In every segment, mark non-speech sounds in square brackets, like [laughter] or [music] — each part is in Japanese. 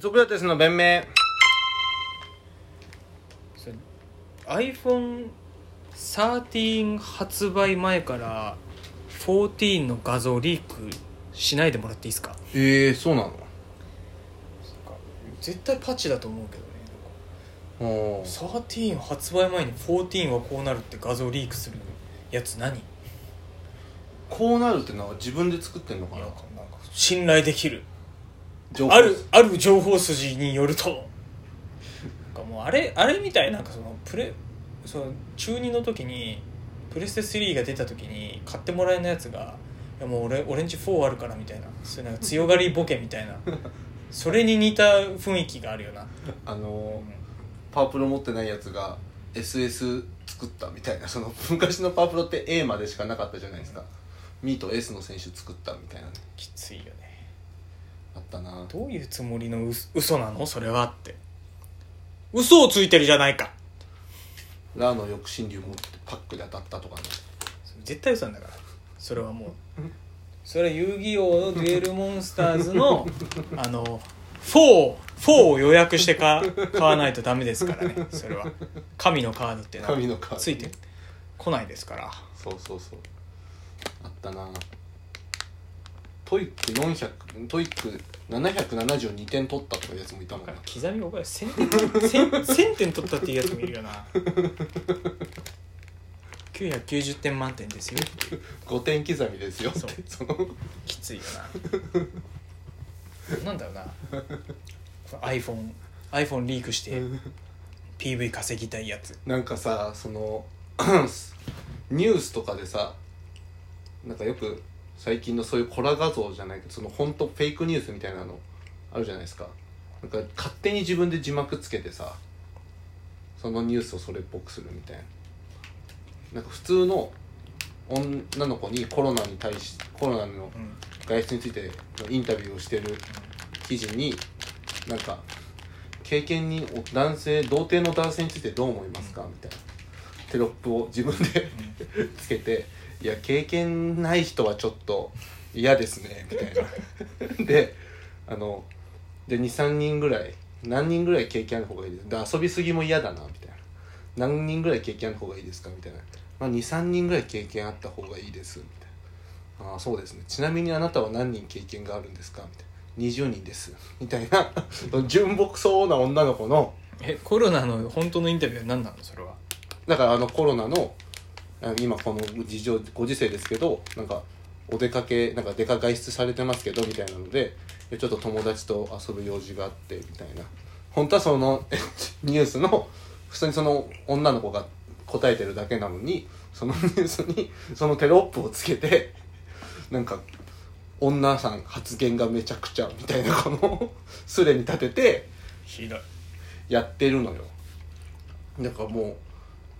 ソクラテスの弁明それ iPhone13 発売前から14の画像リークしないでもらっていいですかええそうなの絶対パチだと思うけどねおー13発売前に14はこうなるって画像リークするやつ何いこうなるってのは自分で作ってんのかやななんか信頼できる情報あるある情報筋によるとなんかもうあれあれみたいなんかそのプレその中2の時にプレステ3が出た時に買ってもらえないやつが「いやもう俺オレンジ4あるから」みたいなそういうなんか強がりボケみたいなそれに似た雰囲気があるよな、あうのーんパワープロ持ってないやつが SS 作ったみたいなその [laughs] 昔のパワープロって A までしかなかったじゃないですかミーと S の選手作ったみたいなねきついよねあったなどういうつもりのう嘘なのそれはって嘘をついてるじゃないかラーの抑進流持ってパックで当たったとかね絶対嘘なんだからそれはもうそれは遊戯王のデュエルモンスターズ [laughs] のあの4 4を予約してか買わないとダメですからねそれは神のカードっていうの神はのカードついてこないですからそうそうそうあったなトイック400トイック772点取ったとかいうやつもいたもんだなから刻みおかえ1000点 1000, 点取ったっていうやつもいるよな990点満点ですよ5点刻みですよってそう [laughs] そのきついよななんだろうな iPhone, iPhone リークして PV 稼ぎたいやつなんかさその [clears throat] ニュースとかでさなんかよく最近のそういうコラ画像じゃないけどその本当フェイクニュースみたいなのあるじゃないですかなんか勝手に自分で字幕つけてさそのニュースをそれっぽくするみたいななんか普通の女の子にコロナに対しコロナのうん外出についてのインタビューをしてる記事になんか経験にお男性童貞の男性についてどう思いますかみたいなテロップを自分でつけて「いや経験ない人はちょっと嫌ですね」みたいなであので23人ぐらい何人ぐらい経験ある方がいいですで遊びすぎも嫌だなみたいな何人ぐらい経験ある方がいいですかみたいな、まあ、23人ぐらい経験あった方がいいですみたいなああそうですねちなみにあなたは何人経験があるんですかみたいな20人ですみたいな [laughs] 純朴そうな女の子のえコロナの本当のインタビューは何なのそれはだからあのコロナのあ今この事情ご時世ですけどなんかお出かけなんか出か外出されてますけどみたいなのでいやちょっと友達と遊ぶ用事があってみたいな本当はその [laughs] えニュースの普通にその女の子が答えてるだけなのにそのニュースにそのテロップをつけてなんか女さん発言がめちゃくちゃみたいなこのスレに立ててひどいやってるのよだからもう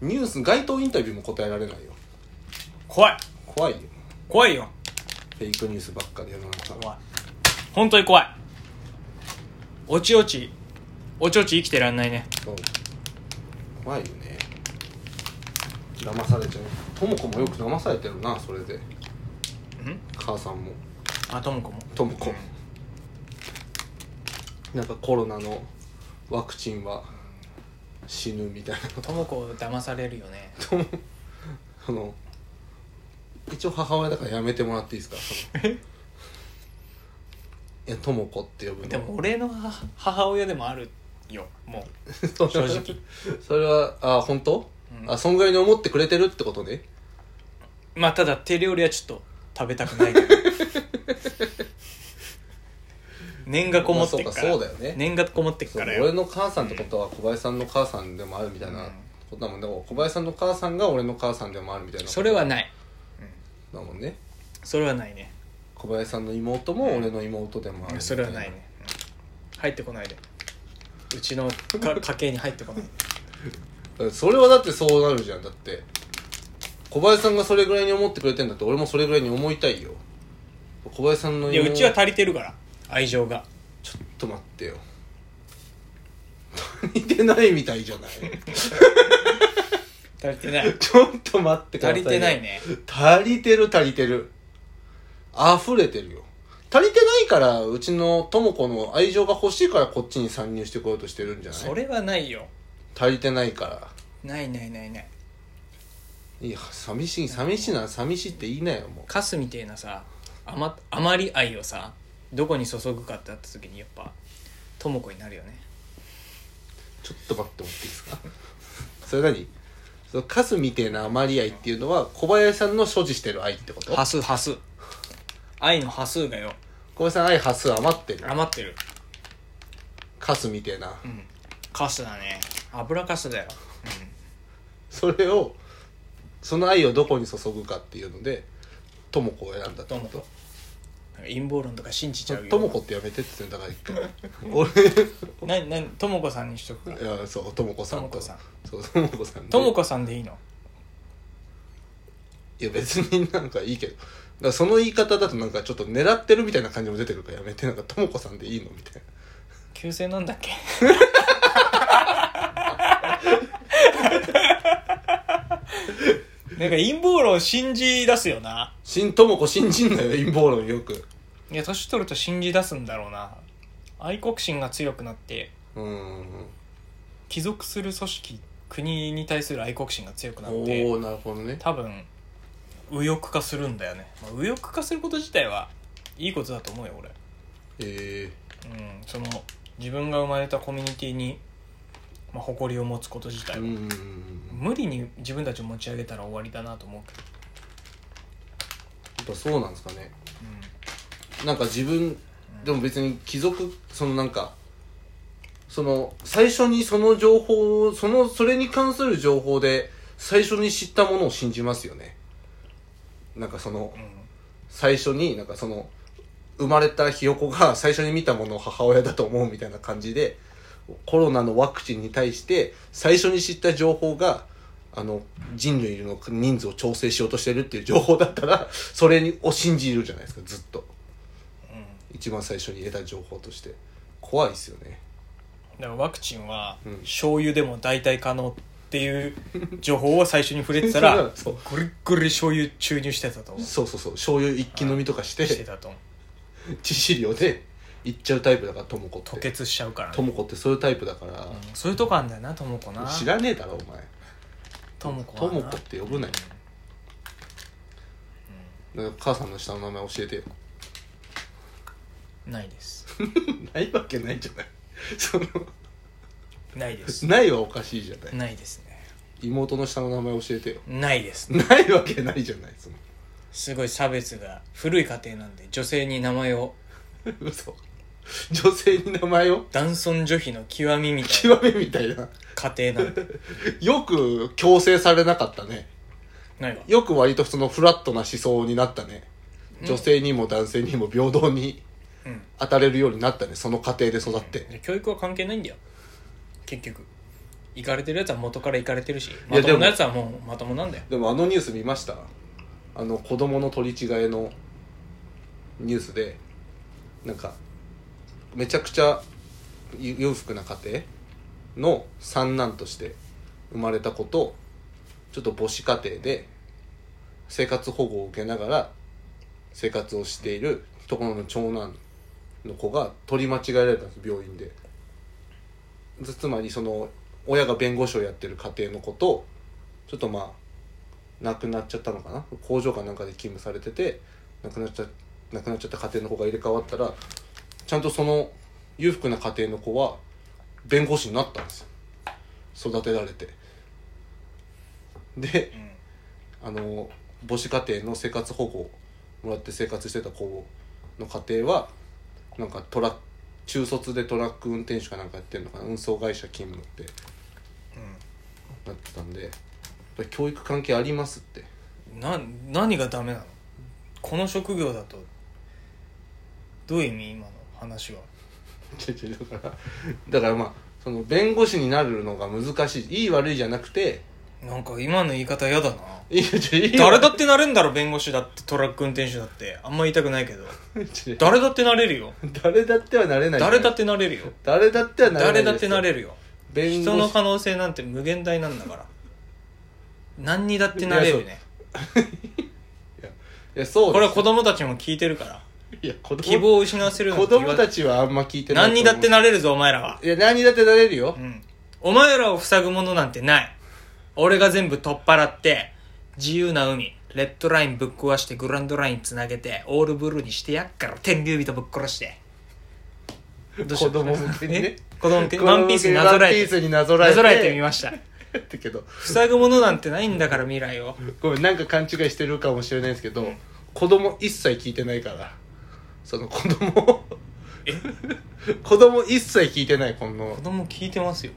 ニュース街頭インタビューも答えられないよ怖い怖いよ怖いよフェイクニュースばっかで世の中怖い本当に怖いおちおちおちおち生きてらんないねそう怖いよね騙されちゃうとも子もよく騙されてるなそれでうん母さんもあともこもとも子なんかコロナのワクチンは死ぬみたいなともこ騙されるよねその一応母親だからやめてもらっていいですかそのいやとも子って呼ぶのでも俺の母母親でもあるよもう [laughs] 正正直それはあ本当、うんあそんぐらいに思ってくれてるってことねまあただ手料理はちょっと食べたく [laughs] ないけど念がこもってっまから、あそうかそうだよね念がこもってっそうから俺よの母さんってことは小林さんの母さんでもあるみたいなうんことだもんね、小林さんの母さんが俺の母さんでもあるみたいなそれはねないだもんねそれはないね小林さんの妹も俺の妹でもあるみたいなそれはないね入ってこないでうちのか家系に入ってこないだからそれはだってそうなるじゃんだって小林さんがそれぐらいに思ってくれてんだって俺もそれぐらいに思いたいよ小林さんのでいやうちはちょっ足りてるから愛情がと待ってよ [laughs] 似てないみたいじゃない [laughs] 足りてないちょっと待ってくださ足いりよてないね足りてる足りてる溢れてるよ足りてないからうちの智子の愛情が欲しいからこっちに参入してこようとしてるんじゃなそいれはないよ足りてないからないないないないいや寂しい寂しいなら寂しいって言いなよもカスみてえなさあまあまり愛をさどこに注ぐかってなった時にやっぱ智子になるよねうちょっと待ってもらっていいですか [laughs] それ何そのカスみてえな余り愛っていうのは小林さんの所持してる愛ってこと端数端数愛の端数がよ小林さん愛端数余ってる余ってるカスみてえなうんカスだね油カスだよ、それをその愛をどこに注ぐかっていうので智子を選んだってうん、こ智子となんか陰謀論とか信じちゃうよ智子ってやめてって言ってんだから一回 [laughs] 俺なな智子さんにしとくいかやそうともこさんともこさんそうともこさんで智子さんでいいのいや別になんかいいけどだからその言い方だとなんかちょっと狙ってるみたいな感じも出てくるからやめてなんかともこさんでいいのみたい旧姓なんだっけなんか陰謀論信じ出すよななともこ信じんなよ陰謀論よくいや年取ると信じ出すんだろうな愛国心が強くなってうーん帰属する組織国に対する愛国心が強くなっおておなるほどね多分右翼化するんだよね、まあ、右翼化すること自体はいいことだと思うよ俺えうんその自分が生まれたコミュニティにまあ、誇りを持つこと自え体ー、うはーん無理に自分たちを持ち上げたら終わりだなと思うけど、やっぱそうなんですかねなんか自分でも別に貴族そのなんかその最初にその情報をそのそれに関する情報で最初に知ったものを信じますよねなんかそのうんうん最初になんかその生まれたひよこが最初に見たものを母親だと思うみたいな感じでコロナのワクチンに対して最初に知った情報があの人類の人数を調整しようとしてるっていう情報だったら [laughs] それを信じるじゃないですかずっとうん一番最初に得た情報として怖いですよねだからワクチンはうん醤油でも代替可能っていう情報を最初に触れてたら [laughs] そうぐるっぐる醤油注入してたと思うそうそうそう醤油一気飲みとかししててたと思う致死量でいっちゃうタイプだからともこ吐って血しちゃうから、とねもこってそういうタイプだから、うんそういうとこあんだよなともこな知らねえだろお前ともこともこって呼ぶなよなんか母さんの下の名前教えてよないですないわけないじゃない [laughs] そのないですないはおかしいじゃないないですね妹の下の名前教えてよないですないわけないじゃないそのすごい差別が古い家庭なんで女性に名前を嘘女性に名前を男尊女卑の極みみたいな極めみたいな家庭なんでよく強制されなかったねないわよく割とそのフラットな思想になったね女性にも男性にも平等にうん当たれるようになったねその過程で育ってで教育は関係ないんだよ結局行かれてるやつは元から行かれてるいしやまともでもなやつはもうまともなんだよでもあのニュース見ましたあの子供の取り違えのニュースでなんかめちゃくちゃゆ裕福な家庭の三男として生まれた子とちょっと母子家庭で生活保護を受けながら生活をしているところの長男の子が取り間違えられたんです病院でつつまりその親が弁護士をやってる家庭の子とちょっとまあ亡くなっちゃったのかな工場かなんかで勤務されてて亡くなっちゃ亡くなっちゃった家庭の子が入れ替わったらちゃんとその裕福な家庭の子は弁護士になったんですよ育てられてでうんあの母子家庭の生活保護をもらって生活してた子の家庭はなんかトラック中卒でトラック運転手かなんかやってるのかな運送会社勤務ってなってたんでやっぱり教育関係ありますって [laughs] うんな何がダメなのこの職業だとどういう意味今の話は違う違うだからだからまあその弁護士になるのが難しいいい悪いじゃなくてなんか今の言い方嫌だないや違ういい誰悪だってなれんだろ弁護士だってトラック運転手だってあんま言いたくないけどい違う誰だってなれるよ誰だってはなれない誰だってなれるよ誰だってはなれない誰だってなれるるよ弁人護の士可能性なんて無限大なんだから何にだってなれるねいやそうこれはです子供たちも聞いてるからいや子供希望を失わせるなん子て言わ供たちはあんま聞いてない何にだってななれるぞお前らはいや何にだってなれるよ、うんお前らを塞ぐものなんてない俺が全部取っ払って自由な海レッドラインぶっ壊してグランドラインつなげてオールブルーにしてやっから天竜人ぶっ殺してどうしよう子供向けにね子供向けにワンピースになぞらワえンてピースになぞらえてなぞらえてみました [laughs] だけど塞ぐものなんてないんだから未来を [laughs] ごめんなんか勘違いしてるかもしれないですけど、うん子供一切聞いてないからその子供え [laughs] 子供一切聞いてないこの子供聞いてますよ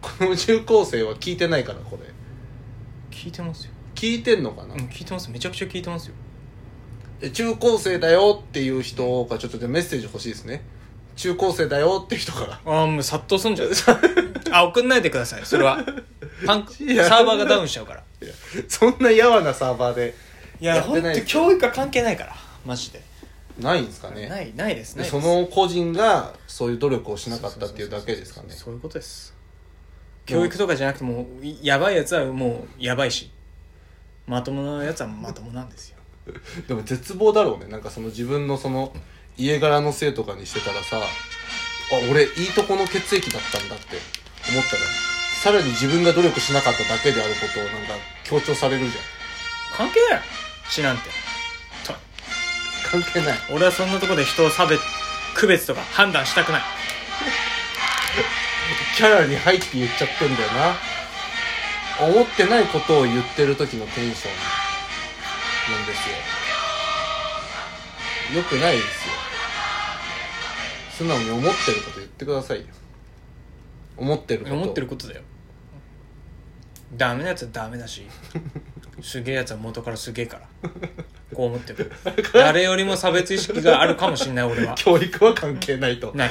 この中高生は聞いてないからこれ聞いてますよ聞いてんのかなう、ん聞いてますめちゃくちゃ聞いてますよえ中高生だよっていう人がちょっとじゃあメッセージ欲しいですね中高生だよって人からああもう殺到すんじゃん [laughs] あ送んないでくださいそれはパンクサ [laughs] いやーバーがダウンしちゃうからいやそんなやわなサーバーでいややっ本てない当教育は関係ないからマジで、ないんですかねないないですでねその個人がそういう努力をしなかったっていうだけですかねそういうことです教育とかじゃなくてもういやばいやつはもうやばいしまともなやつはまともなんですよでも絶望だろうねなんかその自分のその家柄のせいとかにしてたらさあ俺いいとこの血液だったんだって思ったらさらに自分が努力しなかっただけであることをなんか強調されるじ関係ない死なんてとゃん関係ない俺はそんなとこで人を差別区別とか判断したくないキャラに入って言っちゃってんだよな思ってないことを言ってる時のテンションなんですよよくないですよ素直に思ってること言ってくださいよ思ってること思ってることだよダメなやつはダメ [laughs] だしすげえやつは元からすげえからこう思ってる誰よりも差別意識があるかもしんない俺は教育は関係ないとない